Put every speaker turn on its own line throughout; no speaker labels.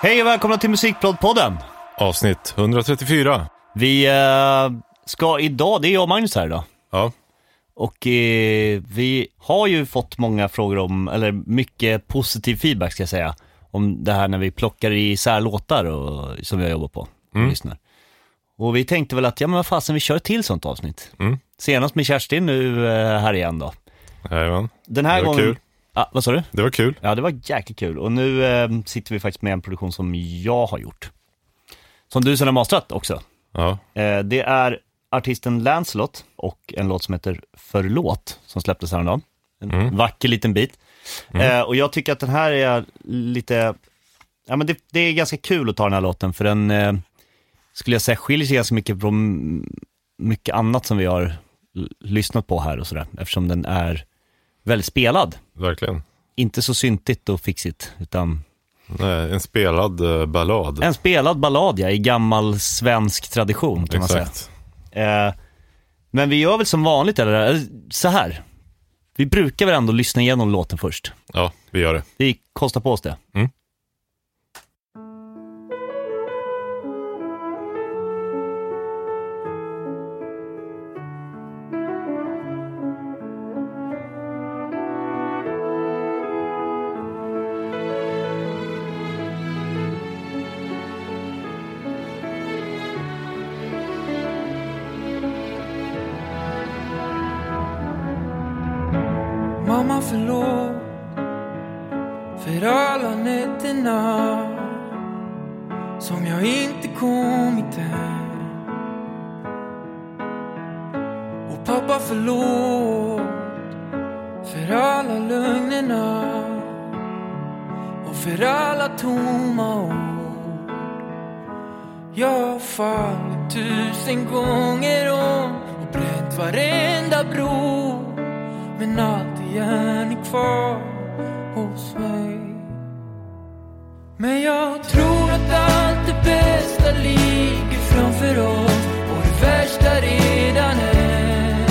Hej och välkomna till Musikpodden.
Avsnitt 134.
Vi eh, ska idag, det är jag och Magnus här idag.
Ja,
Och eh, vi har ju fått många frågor om, eller mycket positiv feedback ska jag säga, om det här när vi plockar isär låtar och, som vi har jobbat på och
Mm.
lyssnar. Och vi tänkte väl att, ja men vad fasen, vi kör ett till sånt avsnitt.
Mm.
Senast med Kerstin nu eh, här igen då.
jajamän.
Den här
Det var
gången...
kul.
Ja, vad sa du?
Det var kul.
Ja, det var jäkligt kul. Och nu eh, sitter vi faktiskt med en produktion som jag har gjort. Som du sen har mastrat också.
Ja,
Eh, det är artisten Lancelot och en låt som heter Förlåt, som släpptes häromdagen. En vacker liten bit. Eh, och jag tycker att den här är lite... Ja, men det, det är ganska kul att ta den här låten, för den eh, skulle jag säga skiljer sig ganska mycket från mycket annat som vi har l- lyssnat på här och sådär, eftersom den är väldigt spelad
verkligen.
inte så syntigt och fixigt, utan
Nej, En spelad eh, ballad.
en spelad ballad ja, i gammal svensk tradition kan man
Exakt.
säga. Eh, men vi gör väl som vanligt, eller eller så här. Vi brukar väl ändå lyssna igenom låten först.
Ja, vi gör det.
Vi kostar på oss det.
Mm.
Mamma förlåt för alla nätterna som jag inte kommit hem. Och pappa förlåt för alla lögnerna och för alla tomma ord. Jag har fallit tusen gånger om och bränt varenda bro men allt igen är kvar hos mig Men jag tror att allt det bästa ligger framför oss och det värsta redan är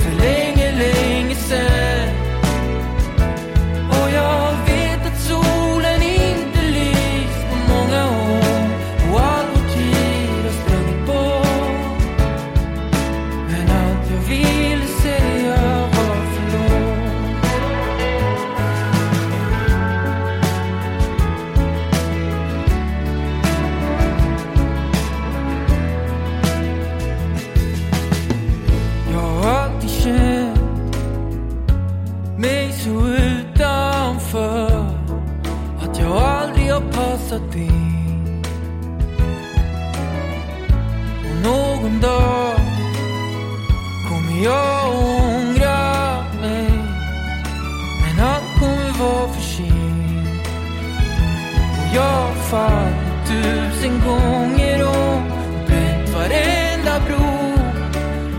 för länge, länge sen och jag vet att solen inte lyst på många år och all vår tid har sprungit bort. Men allt jag ville säga var förlåt. Jag har alltid känt mig så utanför att jag aldrig har passat in. Och någon dag kommer jag ångra mig men allt kommer vara för sent. Och jag har fallit tusen gånger om och bränt varenda bro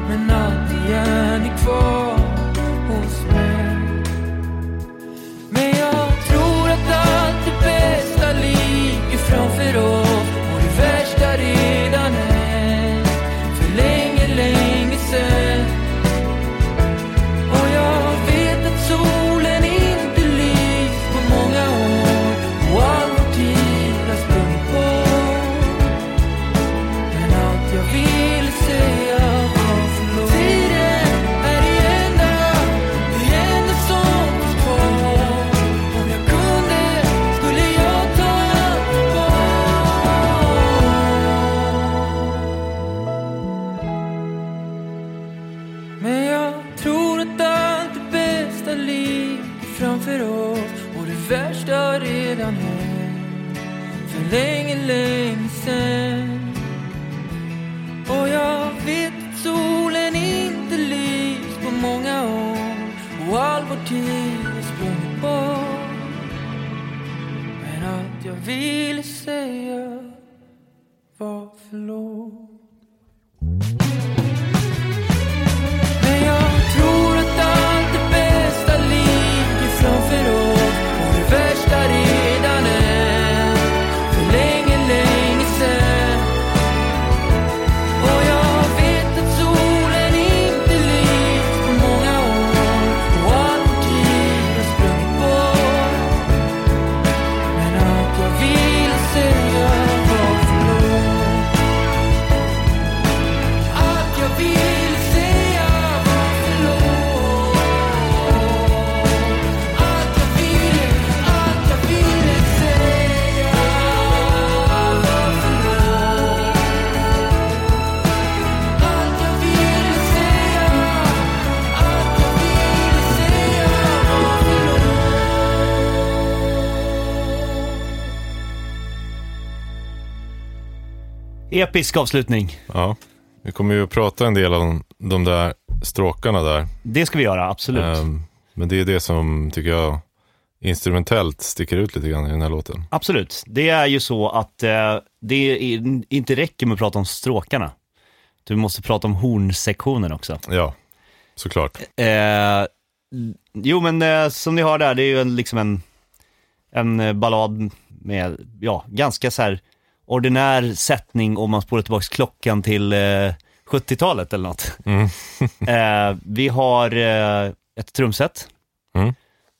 men allt igen är kvar hos mig Men jag tror att allt det bästa ligger framför oss och det värsta redan hänt för länge, länge sen Och jag vet att solen inte lyst på många år och all vår tid har sprungit bort men allt jag vill säga var förlåt Tiden är det enda, det enda som finns kvar Om jag kunde skulle jag ta allt tillbaka Men jag tror att allt det bästa ligger framför oss och det värsta redan hänt för länge, länge sen och jag vet att solen inte lyst på många år och all vår tid har sprungit bort. Men allt jag ville säga var förlåt. Men jag tror att allt det bästa ligger framför oss och det värsta redan är för länge, länge sen. Och jag vet att solen inte lyst på många år och all vår tid har sprungit bort. Men allt jag vill säga
Episk avslutning.
Ja. Vi kommer ju att prata en del om de där stråkarna där.
Det ska vi göra, absolut.
Ehm, men det är det som, tycker jag, instrumentellt sticker ut lite grann i den här låten.
Absolut. Det är ju så att eh, det är, inte räcker med att prata om stråkarna. Du måste prata om hornsektionen också.
Ja, såklart.
Eh, jo, men eh, som ni hör där, det är ju en, liksom en, en eh, ballad med, ja, ganska så här ordinär sättning om man spårar tillbaka klockan till eh, 70-talet eller något. eh, vi har eh, ett trumset
Mm.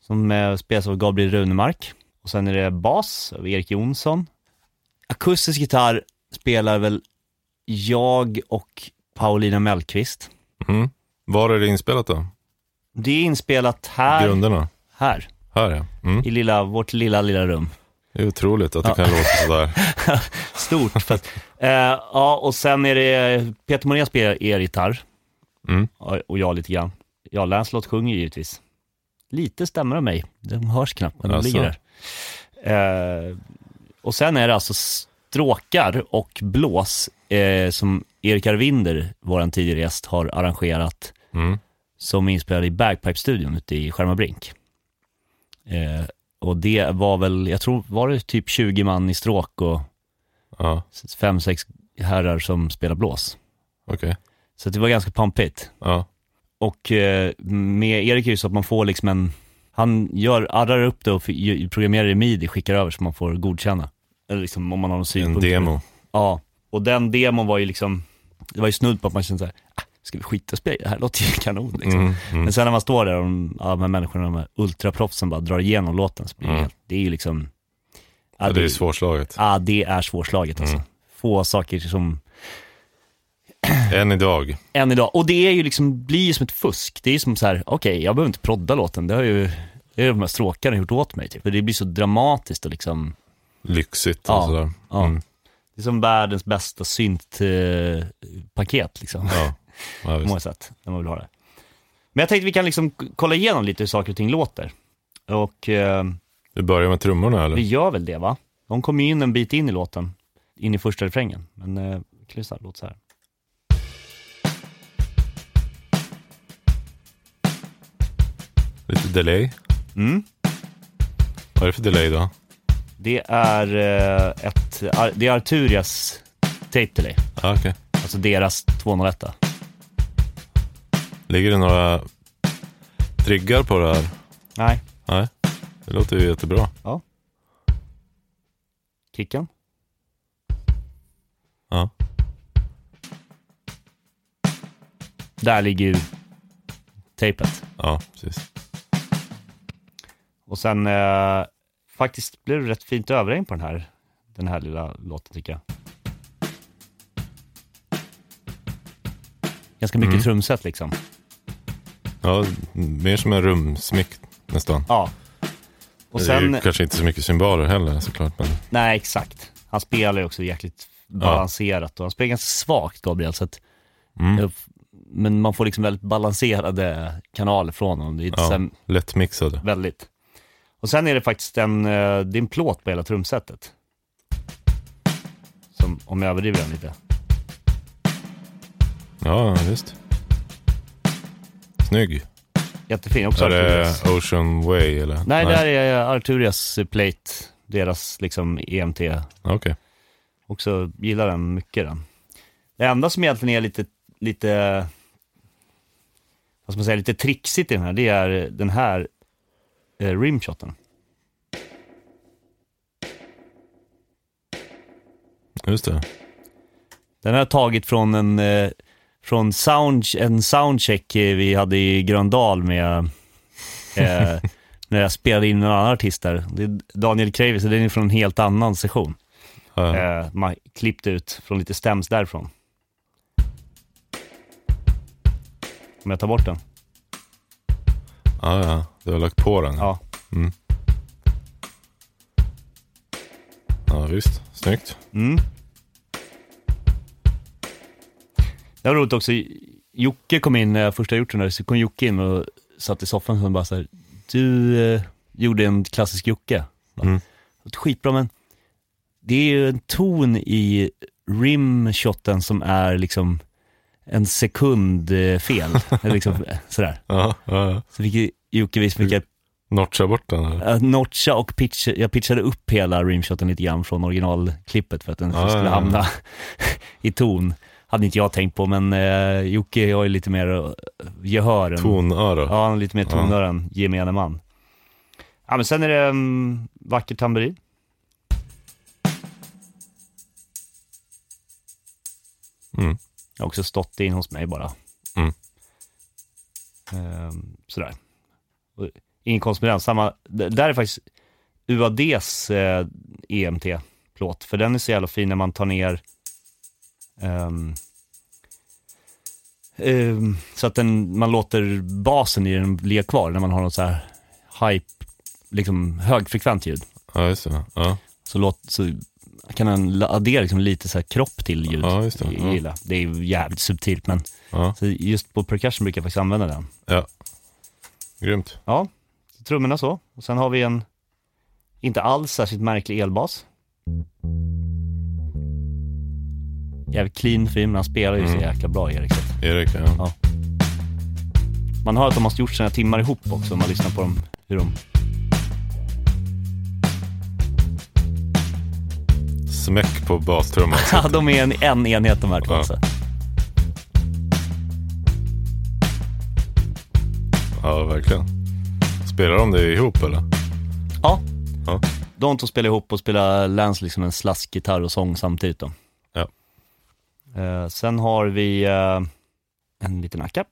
som eh, spelas av Gabriel Runemark. Och sen är det bas av Erik Jonsson. Akustisk gitarr spelar väl jag och Paulina Mellqvist.
Mm. Var är det inspelat då?
Det är inspelat här.
Grunderna?
här,
Här ja. Mm.
i lilla, vårt lilla, lilla rum.
Det är otroligt att det kan låta sådär.
Stort. fast, eh, ja, och sen är det, Peter Morén spelar elgitarr.
Mm.
Och- Och jag lite grann. Ja, Lancelot sjunger givetvis. Lite stämmer av mig. De hörs knappt när de
Alltså.
ligger där. Eh, och sen är det alltså stråkar och blås eh, som Erik Arvinder, vår tidigare gäst, har arrangerat
Mm.
som är inspelad i Bagpipe-studion ute i Skärmarbrink. Eh, och det var väl, jag tror, var det typ 20 man i stråk och
Ja,
5-6 herrar som spelar blås.
okej.
Så det var ganska pampigt.
Ja.
Och eh, med Erik är det så att man får liksom en, han gör, arrar upp det och f- ju- programmerar i midi, skickar över så man får godkänna. Eller liksom om man har någon
En
synpunkt.
demo.
Ja, och den demon var ju liksom, det var ju snudd på att man kände såhär, ah, ska vi skita och spela i det här? Det låter ju kanon liksom.
Mm. Mm.
Men sen när man står där och de, alla de här människorna, de här ultraproffsen bara drar igenom låten, så blir det,
Mm.
helt, det är ju liksom...
Ja, det är Mm. svårslaget.
ja, det är svårslaget alltså. Få saker som,
Än idag.
än idag. Och det är ju liksom, blir ju som ett fusk. Det är ju som så här, okej, jag behöver inte prodda låten, det har ju, det har de här stråkarna gjort åt mig typ. För det blir så dramatiskt och liksom,
Lyxigt och
Ja.
sådär.
ja.
Mm.
Det är som världens bästa synt-paket liksom.
Ja. Ja,
på
visst.
många sätt, när man vill ha det. Men jag tänkte vi kan liksom k- kolla igenom lite hur saker och ting låter. Och eh,
Vi börjar med trummorna
vi
eller?
gör väl det va? De kommer ju in en bit in i låten, in i första refrängen. Men eh, vi kan lyssna, låt så här.
Lite delay.
Mm.
Vad är det för delay då?
Det är eh, ett, Ar- det är Arturias Tape Delay,
Ja, okej.
alltså deras 201.
Ligger det några triggar på det här?
Nej,
Nej, det låter ju jättebra.
kicken.
Ja.
Där ligger ju tejpet.
Ja, precis.
Och sen eh, faktiskt blev det rätt fint överregn på den här, den här lilla låten tycker jag. Ganska mycket trumset liksom.
Ja, mer som en rumsmick nästan.
Ja. Och sen,
Det är ju kanske inte så mycket cymbaler heller såklart. Men...
nej exakt. Han spelar ju också jäkligt balanserat och han spelar ganska svagt Gabriel. Så att,
Mm.
eh, f- Men man får liksom väldigt balanserade kanaler från honom. Det är inte så här
Ja, lättmixade.
väldigt. Och sen är det faktiskt en, eh, det är en plåt på hela trumsetet. Som, om jag överdriver den lite.
Ja, visst. Snygg.
Jättefin, också
är det
Arturias.
Ocean Way eller?
Nej, där är Arturias Plate, deras liksom EMT.
Okej.
Också gillar den mycket den. Det enda som egentligen är lite, lite, vad ska man säga, lite trixigt i den här, det är den här eh, rimshoten.
Just det.
Den har jag tagit från en, eh, från sound, en soundcheck eh, vi hade i Gröndal med, eh, när jag spelade in en annan artist där. Det är Daniel Kravis, så den är från en helt annan session.
Ja,
Eh, man klippte ut från lite stems därifrån. Om jag tar bort den?
ja, ja. Du har lagt på den.
Ja.
ja visst. Snyggt.
Det var roligt också, Jocke kom in, när jag först jag gjort den där, så kom Jocke in och satt i soffan och bara så här, du eh, gjorde en klassisk Jocke. Bara, "Det var Skitbra men, det är ju en ton i rimshoten som är liksom en sekund eh, fel. Eller liksom, eh, sådär.
Ja, ja, ja.
Så fick ju Jocke visa mycket
Notcha bort den här.
att Eh, notcha och pitcha. Jag pitchade upp hela rimshoten lite grann från originalklippet för att den
Ja,
skulle
ja, ja.
hamna i ton. Hade inte jag tänkt på, men eh, Jocke har ju lite mer eh, gehör. än-
Tonöra.
Ja, han är lite mer tonör än gemene man. Ja, men sen är det um, vacker tamburin.
Mm.
Jag har också stått det in hos mig bara.
Mm.
Ehm, sådär. Och Ingen konst med den. Samma, d- där är faktiskt UADs eh, EMT-plåt, för den är så jävla fin när man tar ner ehm, ehm, så att den, man låter basen i den ligga kvar när man har något så här hype, liksom högfrekvent ljud.
Ja, just det. Ja.
Så, låt, så kan den la- addera liksom lite så här kropp till ljud.
Ja, just det.
Jag
Ja.
gillar. Det är ju jävligt subtilt, men
Ja.
så just på percussion brukar jag faktiskt använda den.
ja. Grymt.
Ja, så trummorna så. Och sen har vi en inte alls särskilt märklig elbas. Jävligt clean film, han spelar ju så jäkla bra Erik. Så att
Erik, ja.
Man hör att de har gjort sina timmar ihop också om man lyssnar på dem, hur de
Smäck på bastrumman.
Ja, de är en, en enhet de här två
Ja.
alltså.
Ja, verkligen. Spelar de det ihop eller?
Ja,
Ja.
de två spelar ihop och spelar Lance liksom en slaskgitarr och sång samtidigt då.
Ja.
Eh, sen har vi eh, en liten acka.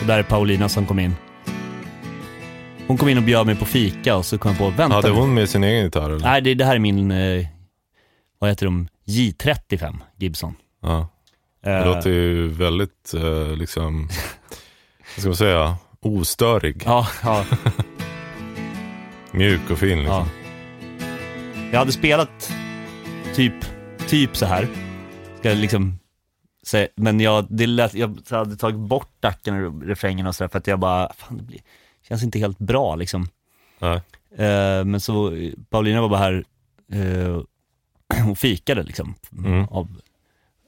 Och där är Paulina som kom in. Hon kom in och bjöd mig på fika och så kom jag på, vänta
Hade
nu.
hon med sin egen gitarr eller?
Nej, det, det här är min, eh, vad heter de, J35 Gibson.
Ja.
Eh,
Det låter ju väldigt, eh, liksom, vad ska man säga, ostörig.
Ja, ja.
Mjuk och fin liksom.
Ja. Jag hade spelat typ, typ så här. Ska jag liksom säga, men jag, det lät, jag hade tagit bort dacken ur refrängen och sådär för att jag bara, fan det blir, känns inte helt bra liksom.
Nej.
Eh, men så eh, Paulina var bara här eh, och fikade liksom. Av,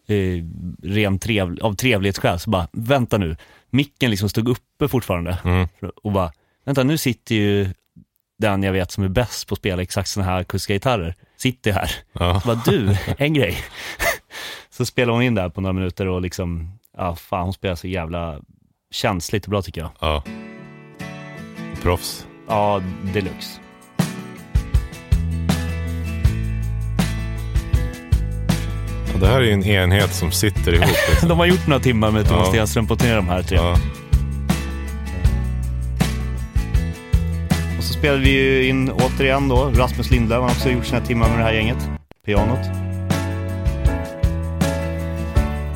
eh, ren trev, av trevlighetsskäl. Så bara, vänta nu. Micken liksom stod uppe fortfarande.
Mm.
Och bara, vänta nu sitter ju den jag vet som är bäst på att spela exakt sådana här akustiska gitarrer. Sitter här.
Ja.
Så bara, du, en grej. så spelade hon in där på några minuter och liksom, ja fan hon spelar så jävla känsligt och bra tycker jag.
ja. Proffs.
Ja, deluxe.
Ja, det här är ju en enhet som sitter ihop. Liksom.
De har gjort några timmar med Thomas
Ja.
Stenström på att turnera de här tre.
Ja.
Och så spelade vi ju in återigen då, Rasmus Lindlöf, han har också gjort sina timmar med det här gänget. Pianot.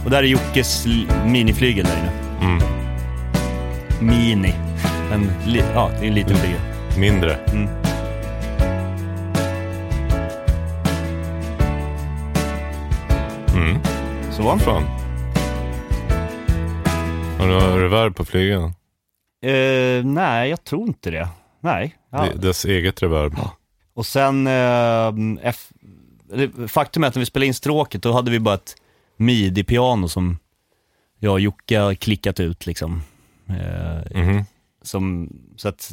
Och där är Jockes l- miniflygel där inne.
Mm.
Mini. En, li- ja, det är en
Mm.
liten flygel.
Mindre. Mm.
Så.
Fan. Har du några reverb på flygeln?
Eh, nej, jag tror inte det. Nej. Ja.
Det- Dess eget reverb.
Och sen, eh, F- eller, faktum är att när vi spelade in stråket, då hade vi bara ett midi-piano som jag och Jocke har klickat ut liksom. Eh,
Mhm.
som, så att,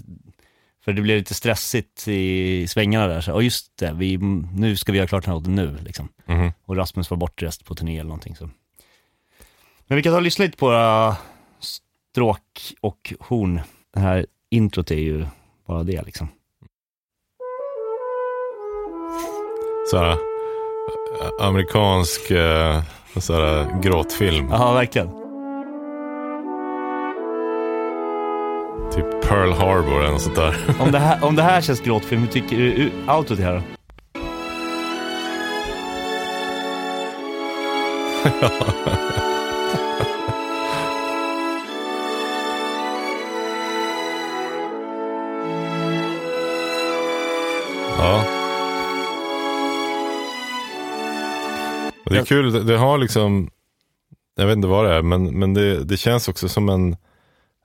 för det blev lite stressigt i svängarna där. Så, ja just det, vi, nu ska vi göra klart den här låten nu liksom.
Mhm.
Och Rasmus var bortrest på turné eller någonting så. Men vi kan ta och lyssna lite på våra stråk och horn. Det här introt är ju bara det liksom.
Så här, eh, amerikansk eh, så här, gråtfilm.
Ja, verkligen.
Typ Pearl Harbor eller något sånt där.
Om det här, om det här känns gråtfilm, hur tycker du u- outrot är här då?
Ja. Och det är kul, det, det har liksom, jag vet inte vad det är, men, men det, det känns också som en,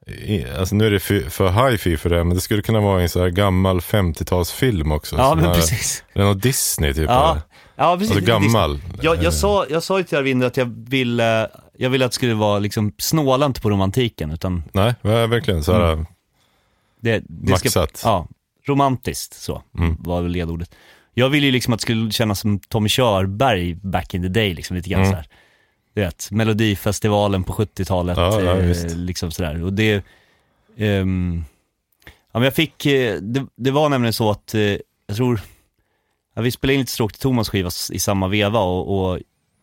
i- alltså nu är det för, för hi-fi för det, här, men det skulle kunna vara en så här gammal 50-talsfilm också.
Ja,
Sån
men
här-
precis.
Det är någon Disney typ.
Ja,
eller?
ja precis.
Alltså gammal.
Jag, jag, sa, jag sa ju till Arvinder att jag ville, jag ville att det skulle vara, liksom, snåla inte på romantiken, utan
Nej, ver- verkligen. Så här,
Mm. det, det ska,
Maxat. Mm.
Ja, romantiskt så var väl ledordet. Jag ville ju liksom att det skulle kännas som Tommy Körberg back in the day, liksom lite grann
Mm.
så här. Du vet, Melodifestivalen på 70-talet,
Ja, ja,
eh,
visst.
liksom sådär. Och det, ehm, ja men jag fick, eh, det, det var nämligen så att, eh, jag tror, ja, vi spelade in lite stråk till Thomas skiva s- i samma veva och, och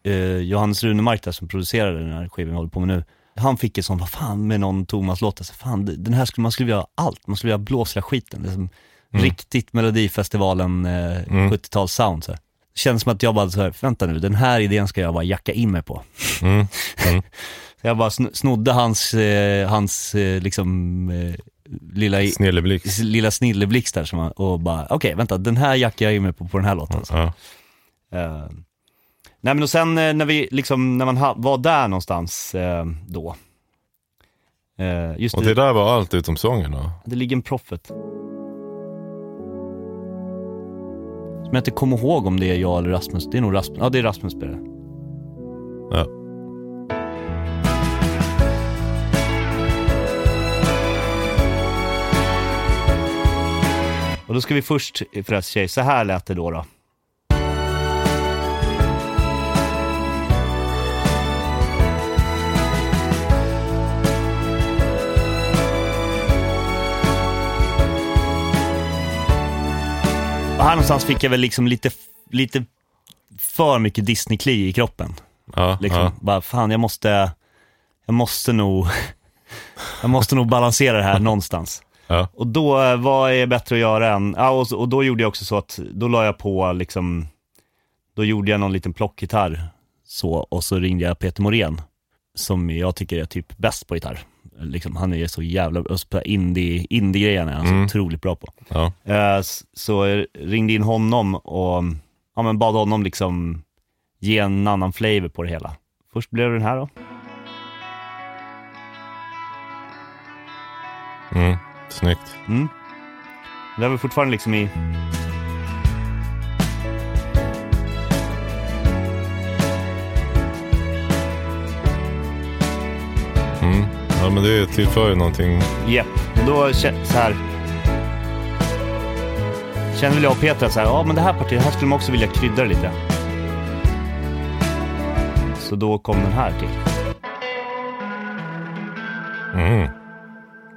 eh, Johannes Runemark där som producerade den här skivan vi håller på med nu, han fick en sån, vad fan med någon Thomas-låt, alltså, fan det- den här skulle, man skulle vilja ha allt, man skulle vilja ha blåsla skiten, liksom,
Mm.
riktigt Melodifestivalen eh, 70-tals-sound så här. Det kändes som att jag bara så här, vänta nu, den här idén ska jag bara jacka in mig på.
Mm. Mm.
Så jag bara sn- snodde hans, eh, hans eh, liksom, eh, lilla, i-
Snilleblick.
s- lilla snilleblixt där som han, och bara, okej vänta, den här jackar jag in mig på, på den här låten. Så.
Ja.
Eh, nej men och sen eh, när vi liksom, när man ha, var där någonstans eh, då. Eh, just
Och
det,
det där var allt utom sången då?
det ligger en proffet. Som jag inte kommer ihåg om det är jag eller Rasmus. Det är nog Rasmus. Ja, det är Rasmus spelar.
Ja.
Och då ska vi först, förresten tjej, så här lät det då. då. Och här någonstans fick jag väl liksom lite, lite för mycket Disney-kli i kroppen.
Ja,
Liksom.
ja.
Bara, fan jag måste, jag måste nog, jag måste nog balansera det här någonstans.
Ja.
Och då, eh, vad är bättre att göra än, ja, och, så- och då gjorde jag också så att, då la jag på liksom, då gjorde jag någon liten plockgitarr så, och så ringde jag Peter Morén, som jag tycker är typ bäst på gitarr. Liksom, han är så jävla, och så på indie, indie-grejerna är han så otroligt bra på.
ja.
Eh, s- Så jag ringde in honom och ja, men bad honom liksom ge en annan flavor på det hela. Först blev det den här då.
Mm. Snyggt.
Mm. Det var fortfarande liksom i...
Mm. Ja, men det tillför ju någonting.
Japp. Och Då kä- så här... Känner väl jag och Peter att så här, ja men det här partiet, här skulle man också vilja krydda det lite. Så då kom den här till.
Mm.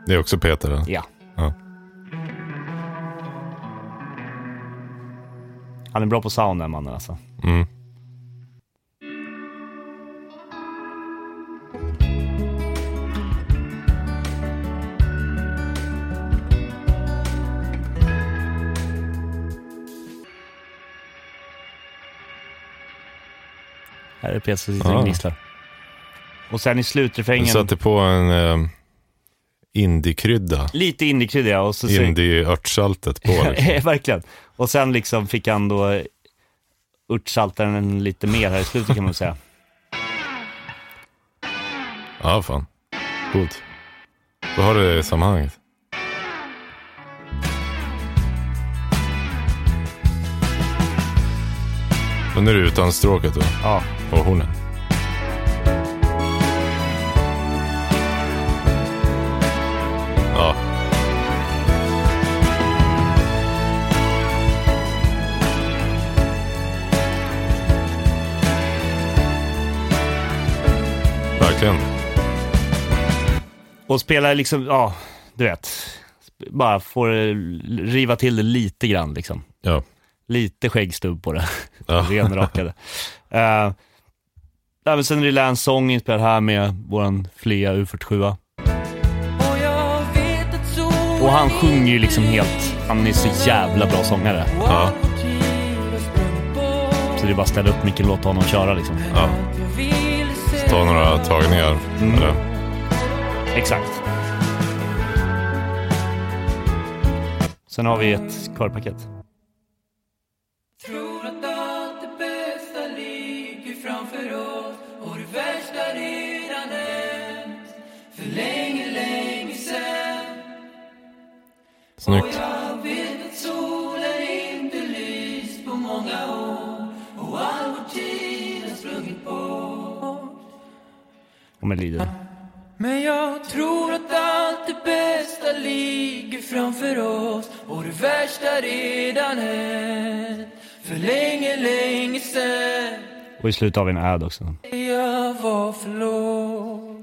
Det är också Peter. då.
Ja.
Ja.
Han är bra på sound den mannen alltså.
Mm.
Här är Peter som sitter
Ja.
och gnisslar. Och sen i
Du
slutrefrängen,
satte på en eh, indiekrydda.
lite indiekrydda ja, och så, så
Indie-örtsaltet på. Liksom.
Verkligen. Och sen liksom fick han då urtsaltaren lite mer här i slutet kan man säga.
Ja, fan. Coolt. Då har du det i sammanhanget. Och nu är det utan stråket då,
Ja.
och hornen. Ja. Verkligen.
Och spelar liksom, ja, du vet. Sp- Bara får eh, riva till det lite grann liksom.
Ja.
Lite skäggstubb på det.
Ja.
Renrakade. uh, men sen är det Lance Song inspelad här med våran flea U47.
Och jag vet att solen
Och han sjunger ju liksom helt, han är så jävla bra sångare.
Och
Ja.
all vår tid har sprungit bort.
Så det är bara att ställa upp micken och låta honom köra liksom.
Ja.
Allt jag ville säga
Ta några tagningar. Eller?
Exakt. Sen har vi ett körpaket.
Tror att allt det bästa ligger framför oss och det värsta redan hänt för länge, länge många år och all vår tid har sprungit bort
Om jag lider.
Men jag tror att allt det bästa ligger framför oss och det värsta redan hänt för länge, länge sen
Och i slutet har vi en ad också.
jag var förlåt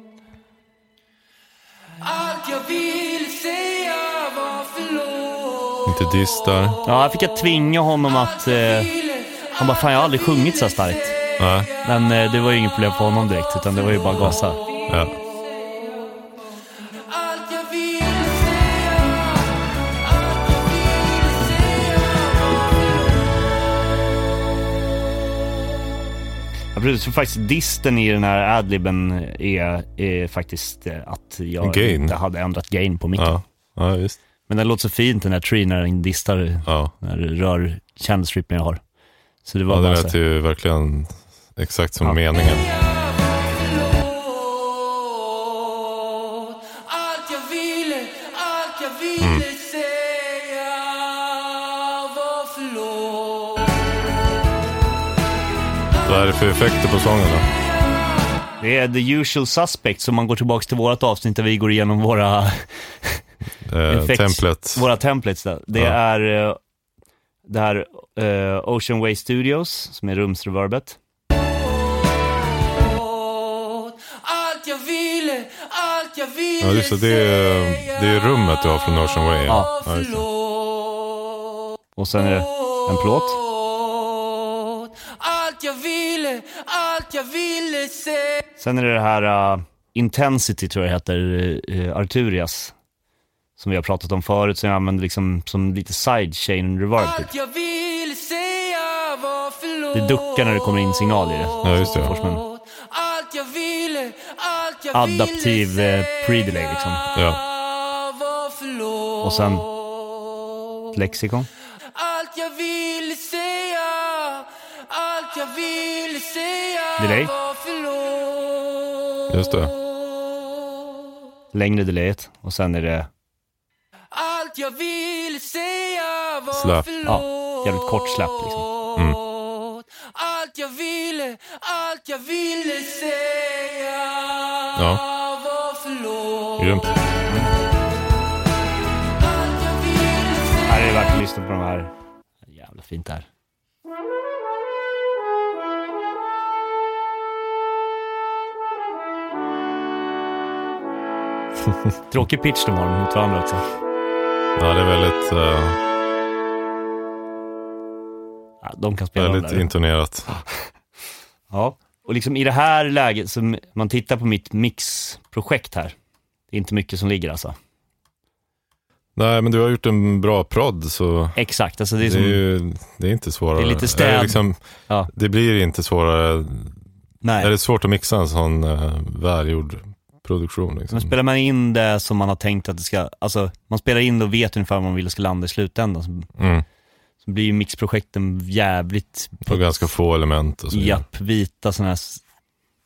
Allt jag ville säga var förlåt
Inte diss där.
Ja, här fick jag tvinga honom att... Eh, han bara, fan jag har aldrig sjungit så här starkt.
Nej.
Men eh, det var ju inget problem för honom direkt, utan det var ju bara gasa.
Ja.
Allt jag vill säga, allt jag vill säga var
Jag tror faktiskt disten i den här adlibben är, är faktiskt eh, att jag
Gain.
inte hade ändrat gain på micken.
Ja. ja, visst.
Men den låter så fint den här Tree när den distar,
Ja,
när det rör kändisrippen jag har. Så det var
ja det
bara så
lät
här,
ju verkligen exakt som
Ja.
meningen.
förlåt. Allt jag ville, allt jag ville säga var förlåt.
Vad är det för effekter på sången då?
det är the usual suspect, så man går tillbaka till vårt avsnitt där vi går igenom våra,
Eh,
Effekt.
templet.
våra templates. Där. Det
Ja.
är eh, det här eh, Ocean Way Studios, som är rumsreverbet.
Allt jag ville, allt jag ville
Ja, just det. Det är, det är rummet du har från Ocean Way.
Ja.
just det.
förlåt.
Och sen är det
Eh,
en plåt.
Allt jag ville, allt jag ville säga
Sen är det det här eh, Intensity, tror jag heter, eh, Arturias. Som vi har pratat om förut, som jag använder liksom som lite side chain reverb. Typ.
Allt jag vill säga var förlåt
Det duckar när det kommer in signal i det. Mm.
Ja, just det.
Forsman.
Allt jag ville, allt jag
Adaptiv,
ville säga
eh, pre-delay liksom.
Ja.
var förlåt
Och sen- Lexikon.
Allt jag ville säga Allt jag ville säga
Delay.
var förlåt
Just det.
längre delayet och sen är det,
Allt jag ville säga var
Släpp.
förlåt
Ja, jävligt kort släpp, liksom.
Allt jag ville, allt jag ville säga
Ja.
var förlåt
Grymt.
Allt jag ville säga
här är det värt att lyssna på de här. Jävla fint det här. Tråkig pitch de har mot varandra också.
Ja, det är väldigt, eh,
Ja, de kan spela de
väldigt
där.
intonerat.
Ja, och liksom i det här läget, som man tittar på mitt mixprojekt här. Det är inte mycket som ligger alltså.
Nej, men du har gjort en bra prodd så
Exakt, alltså det
det
är
är,
som,
ju, det är inte svårare.
Det är lite städ.
Eller liksom,
Ja.
Det blir inte svårare.
nej.
Är det svårt att mixa en sån eh, välgjord produktion?
Men
Liksom?
spelar man in det som man har tänkt att det ska, alltså man spelar in det och vet ungefär vad man vill ska landa i slutändan, så,
Mm.
så blir ju mixprojekten jävligt
Och ganska få element och så. vidare.
japp, vita sådana här s-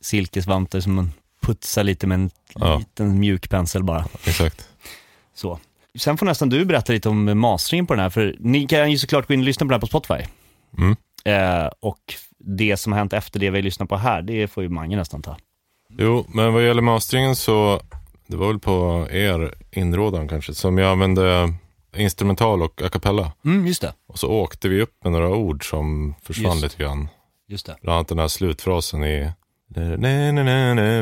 silkesvantar som man putsar lite med en
Ja.
liten mjuk pensel bara.
Exakt.
Så. Sen får nästan du berätta lite om masteringen på den här, för ni kan ju såklart gå in och lyssna på den här på Spotify.
Mm.
Eh, och det som har hänt efter det vi lyssnar på här, det får ju Mange nästan ta.
Jo, men vad gäller masteringen så, det var väl på er inrådan kanske, som jag använde instrumental och a cappella.
Mm, just det.
Och så åkte vi upp med några ord som försvann
Just.
lite grann.
Just det.
Bland annat den här slutfrasen i nej, nej, nej, nej,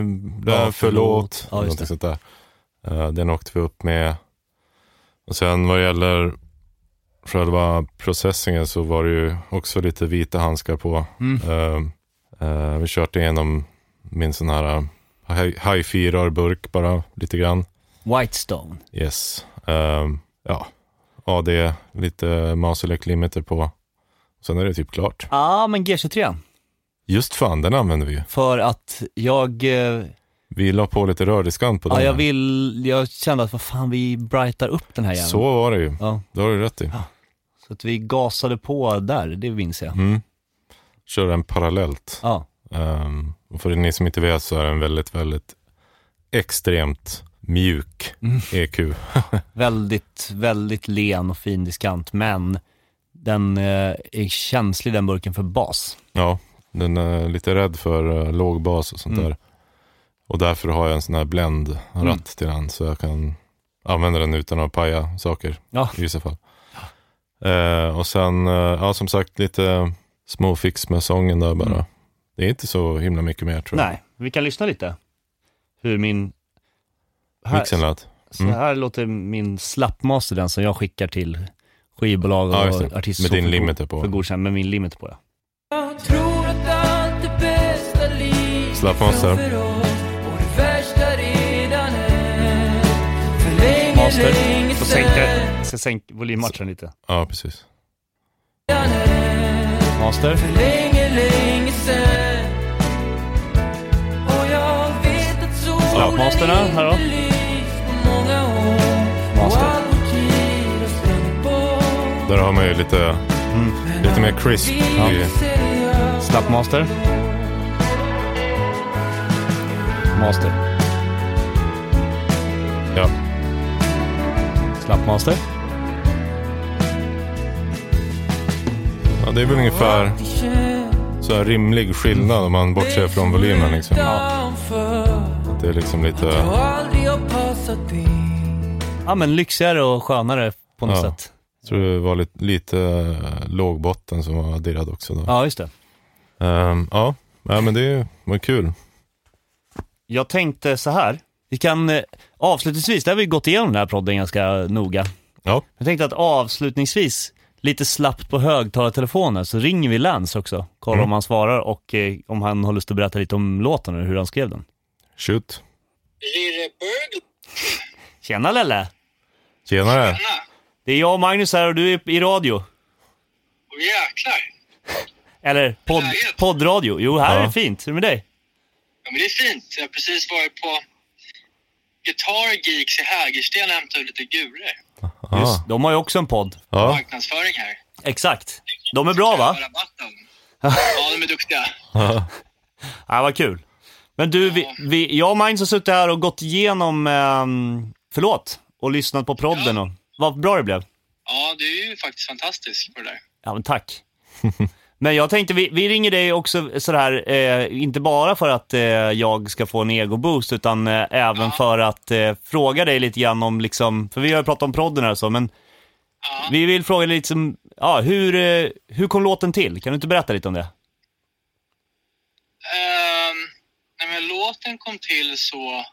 Ja,
ja,
förlåt.
förlåt.
Ja,
eller
just
någonting sånt där. Eh, Den åkte vi upp med. Och sen vad gäller själva processingen så var det ju också lite vita handskar på.
Mm.
Eh, eh, vi körde igenom min sån här eh, hi- hi-fi rörburk bara lite grann.
Whitestone.
Yes. Ehm, ja, AD, lite Maselec limiter på. Sen är det typ klart.
Ja, ah, men G23.
Just fan, den använder vi ju.
För att jag, eh,
Vi la på lite rördiskant på
ja,
den.
jag vill, jag kände att vad fan vi brightar upp den här jäveln.
Så var det ju.
Ja,
Det har du rätt i.
så att vi gasade på där, det minns jag.
Mm. Kör den parallellt.
Ja,
Ehm, och för ni som inte vet så är den väldigt, väldigt extremt mjuk E EQ.
Mm. väldigt, väldigt len och fin diskant, men den eh, är känslig den burken för bas.
Ja, den är lite rädd för eh, låg bas och sånt
Mm.
där. Och därför har jag en sån här bländ ratt
Mm.
till den så jag kan använda den utan att paja saker
Ja.
i vissa fall. Eh, och sen, eh, ja som sagt lite små fix med sången där bara.
Mm.
Det är inte så himla mycket mer tror jag.
Nej, vi kan lyssna lite. Hur min... Här,
Mixen lät.
så här låter min slappmaster, den som jag skickar till skivbolag och
Ja, just det.
artister.
Med
och
din
för go-
limiter på.
För godkänd, med min limit på ja.
Jag tror att allt det bästa ligger
Slapp av, Sam.
framför oss och det värsta redan är för länge, länge
Master, så sänker
sedan
jag sänk volymmatchen lite.
Ja, precis.
är
Master.
för länge, länge sedan och jag vet att solen
Slappmasterna, här då.
inte lyst på många år och
Master.
all vår tid har sprungit bort
Där har man ju lite,
Mm.
lite mer crisp.
Vi
i-
ser jag
Slappmaster. Master.
Ja.
Slappmaster.
ja, det är väl ungefär
att det känns
så här rimlig skillnad om man bortser från volymen liksom. Det är liksom lite,
Ja men lyxigare och skönare på något
Ja.
sätt.
jag tror det var lite, lite eh, lågbotten som var adderad också då.
Ja just det.
Ehm, ja. ja, men det var kul.
Jag tänkte så här. Vi kan eh, avslutningsvis, där har vi gått igenom den här podden ganska noga.
Ja,
Jag tänkte att avslutningsvis, lite slappt på högtalartelefonen, så ringer vi Lance också. Kollar
Mm.
om han svarar och eh, om han har lust att berätta lite om låten och hur han skrev den.
shoot.
Lireberg,
Tjena Lelle!
Tjenare.
Det är jag och Magnus här och du är i radio.
och jäklar.
Eller podd,
Läget?
poddradio. Jo, här är
Ja.
det fint. Hur är det med dig?
Ja, men det är fint. Jag har precis varit på Guitar Geeks i Hägersten och hämtat ut lite gurer.
Ah,
Just, de har ju också en podd.
ja,
Marknadsföring här.
Exakt. De är bra va?
Rabatten. Ja, de är duktiga.
Ja, vad kul. Men du, vi, vi, jag och Magnus har suttit här och gått igenom, ehm, förlåt, och lyssnat på prodden och vad bra det blev.
Ja, det är ju faktiskt fantastiskt på det där.
Ja, men tack. Men jag tänkte, vi, vi ringer dig också sådär, eh, inte bara för att eh, jag ska få en ego-boost, utan eh, även för att eh, fråga dig lite grann om, liksom, för vi har ju pratat om prodden här och så, men
Ja.
vi vill fråga dig liksom, ja, hur, eh, hur kom låten till? Kan du inte berätta lite om det?
Ehm, nej, men låten kom till så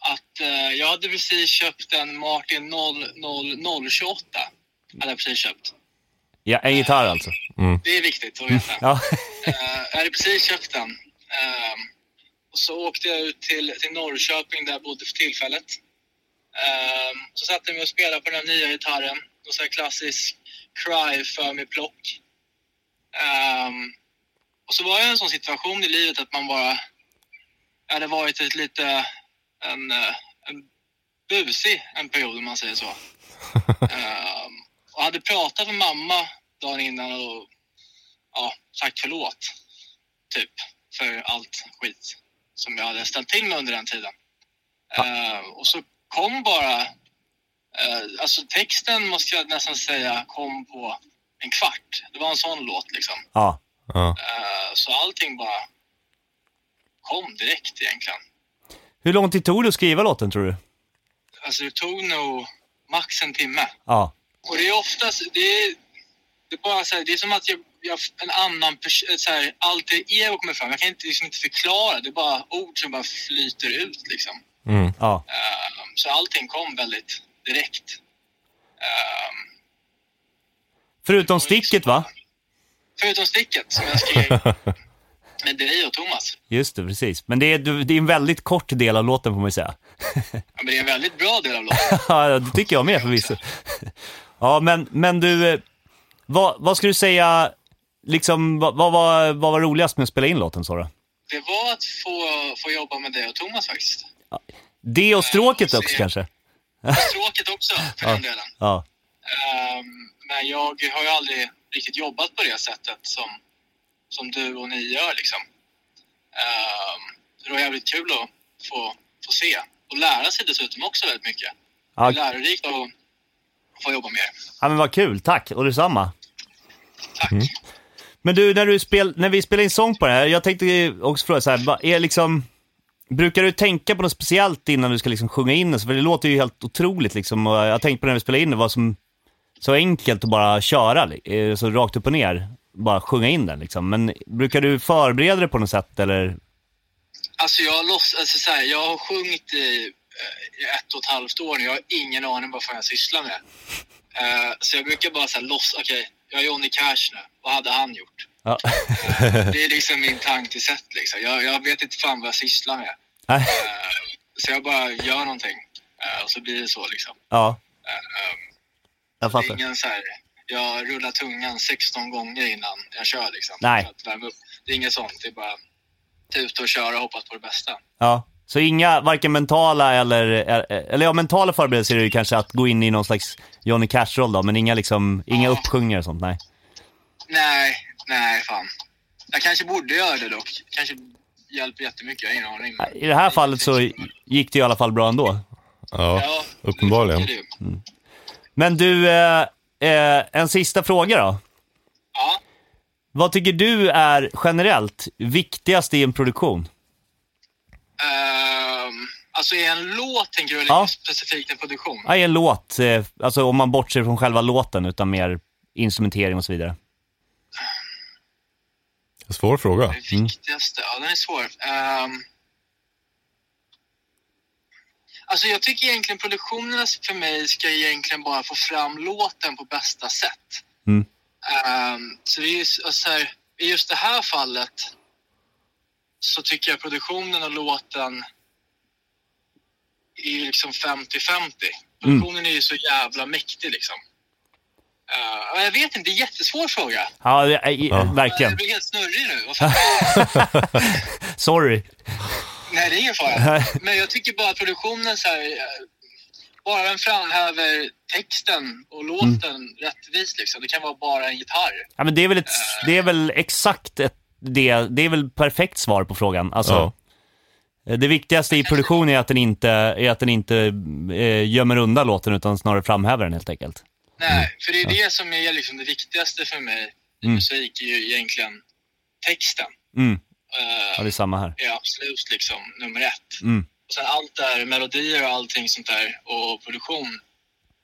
att eh, jag hade precis köpt en Martin 00028. Hade jag precis köpt.
Ja, en gitarr alltså.
Det är viktigt att veta.
Ja,
Eh, jag hade precis köpt den. Ehm, och så åkte jag ut till, till Norrköping där jag bodde för tillfället. Ehm, så satte jag mig och spelade på den här nya gitarren. Och så här klassisk cry för mig plock. Ehm, och så var jag i en sån situation i livet att man bara... Jag hade varit ett lite... En, eh, en busig en period om man säger så. Ehm, och hade pratat med mamma dagen innan och ja, sagt förlåt. Typ. För allt skit som jag hade ställt till med under den tiden. Eh, och så kom bara... eh, alltså texten måste jag nästan säga kom på en kvart. Det var en sån låt liksom.
ja,
ja.
Eh, så allting bara kom direkt egentligen.
Hur lång tid tog det att skriva låten tror du?
Alltså det tog nog max en timme.
Ja,
Och det är oftast, det är, det är bara så här, det är som att jag, jag en annan person, så här, allt det ego kommer fram. Jag kan inte, liksom inte förklara, det är bara ord som bara flyter ut liksom.
Mm.
ja,
Ehm, så allting kom väldigt direkt. Ehm,
Förutom sticket va?
förutom sticket som jag skrev med dig och Thomas.
Just det, precis. Men det är, du- det är en väldigt kort del av låten får man ju säga.
Ja, men det är en väldigt bra del av låten.
Ja, det tycker jag med förvisso. Ja, men, men du, eh, vad, vad ska du säga, liksom, vad, vad, var- vad var roligast med att spela in låten sa du?
Det var att få, få jobba med dig och Thomas faktiskt.
Det och stråket också kanske?
Tråkigt också för den delen.
Ja,
Ehm, men jag har ju aldrig riktigt jobbat på det sättet som, som du och ni gör. Liksom. Ehm, det var jävligt kul att få, få se och lära sig dessutom också väldigt mycket.
Ja.
Det är lärorikt att få jobba med er.
ja men vad kul, tack. Och detsamma.
Tack.
Men du, när, du spel, när vi spelar in sång på det här, jag tänkte ju också fråga så här, vad är liksom, brukar du tänka på något speciellt innan du ska liksom sjunga in den? Så, För det låter ju helt otroligt liksom, och jag tänkte på när vi spelade in det, vad som, så enkelt att bara köra, li- eh, så rakt upp och ner, bara sjunga in den liksom. Men brukar du förbereda dig på något sätt eller?
Alltså jag, loss, alltså så här, jag har sjungit i, eh, i ett och ett halvt år nu. Jag har ingen aning vad fan jag sysslar med. Eh, så jag brukar bara så här, loss, okej, jag är Johnny Cash nu. Vad hade han gjort?
Ja.
Det är liksom min tankesätt liksom. Jag, jag vet inte fan vad jag sysslar med.
Nej.
Så jag bara gör någonting. eh, och så blir det så liksom.
ja. Jag
eh, Det är
fattar.
ingen så här, jag rullar tungan 16 gånger innan jag kör liksom.
Nej.
För att värma upp. Det är inget sånt. Det är bara tuta och köra och hoppas på det bästa.
Ja. Så inga, varken mentala eller, eller ja, mentala förberedelser är ju kanske att gå in i någon slags Johnny Cash-roll då, men inga liksom, inga uppsjungningar och sånt, nej.
Nej, nej fan. Jag kanske borde göra det dock. Kanske hjälper jättemycket, jag har ingen aning.
I det här fallet så gick det i alla fall bra ändå.
Ja,
Ja,
uppenbarligen.
det är det ju.
Men du, eh, eh, en sista fråga då.
Ja,
Vad tycker du är generellt viktigast i en produktion?
ehm, alltså i en låt tänker du, eller
Ja.
specifikt en produktion?
Ja, i en låt, eh, alltså om man bortser från själva låten utan mer instrumentering och så vidare.
Svår fråga.
Det viktigaste? Ja, den är svår. Ehm, alltså jag tycker egentligen produktionerna för mig ska egentligen bara få fram låten på bästa sätt.
Mm.
Ehm, så det är ju, så- så här, i just det här fallet så tycker jag produktionen och låten är ju liksom 50-50. Produktionen är ju så jävla mäktig liksom. Eh, jag vet inte, det är en jättesvår fråga.
Ja, eh, i-
Ja.
Jag
verkligen.
blir helt snurrig nu. Vad fan?
Sorry.
Nej, det är ingen fara. Men jag tycker bara att produktionen så här, eh, bara den framhäver texten och
Mm.
låten rättvist liksom. Det kan vara bara en gitarr.
Ja, men det är väl, ett, det är väl exakt ett, det, det är väl perfekt svar på frågan. Alltså, eh,
Ja.
Det viktigaste i produktion är att den inte, är att den inte eh, gömmer undan låten utan snarare framhäver den helt enkelt. Mm.
Nej, för det är det som är liksom det viktigaste för mig i musik, är ju egentligen texten.
Mm.
Eh,
Ja, det är samma här.
är absolut liksom nummer ett.
Mm.
Och sen allt där, melodier och allting sånt där och produktion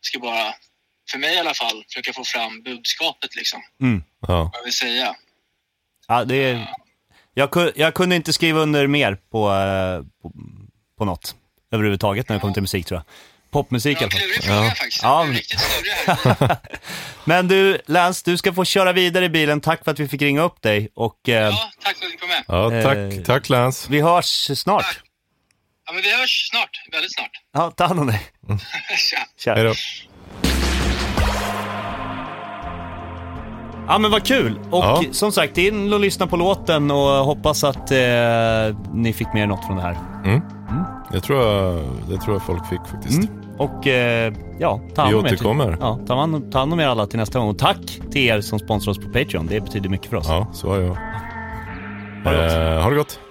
ska bara, för mig i alla fall, försöka få fram budskapet liksom.
Ja.
Vad jag vill säga.
Ja, det är, jag, ku- jag kunde inte skriva under mer på, eh, på, på något överhuvudtaget när det kommer till musik tror jag. Popmusik i
Det var
alla fall.
en klurig fråga faktiskt.
Ja,
Jag blev
men-
riktigt snurrig här.
Men du, Lance, du ska få köra vidare i bilen. Tack för att vi fick ringa upp dig och eh,
Ja, tack för att du kom med.
Ja,
Eh.
tack, tack Lance.
vi hörs snart.
Ja, men vi hörs snart, väldigt snart.
Ja, ta hand om dig.
Tja.
Tja.
Hej då.
Ja men vad kul! Och
Ja.
som sagt, in och lyssna på låten och hoppas att eh, ni fick med er något från det här.
Jag tror jag, det tror jag folk fick faktiskt.
Och eh, ja, ta hand
Vi
om er.
återkommer.
Ja, ta hand, ta hand om er alla till nästa gång. Och tack till er som sponsrar oss på Patreon. Det betyder mycket för oss.
Ja, så har jag.
Ha det gott.
Eh, ha det gott.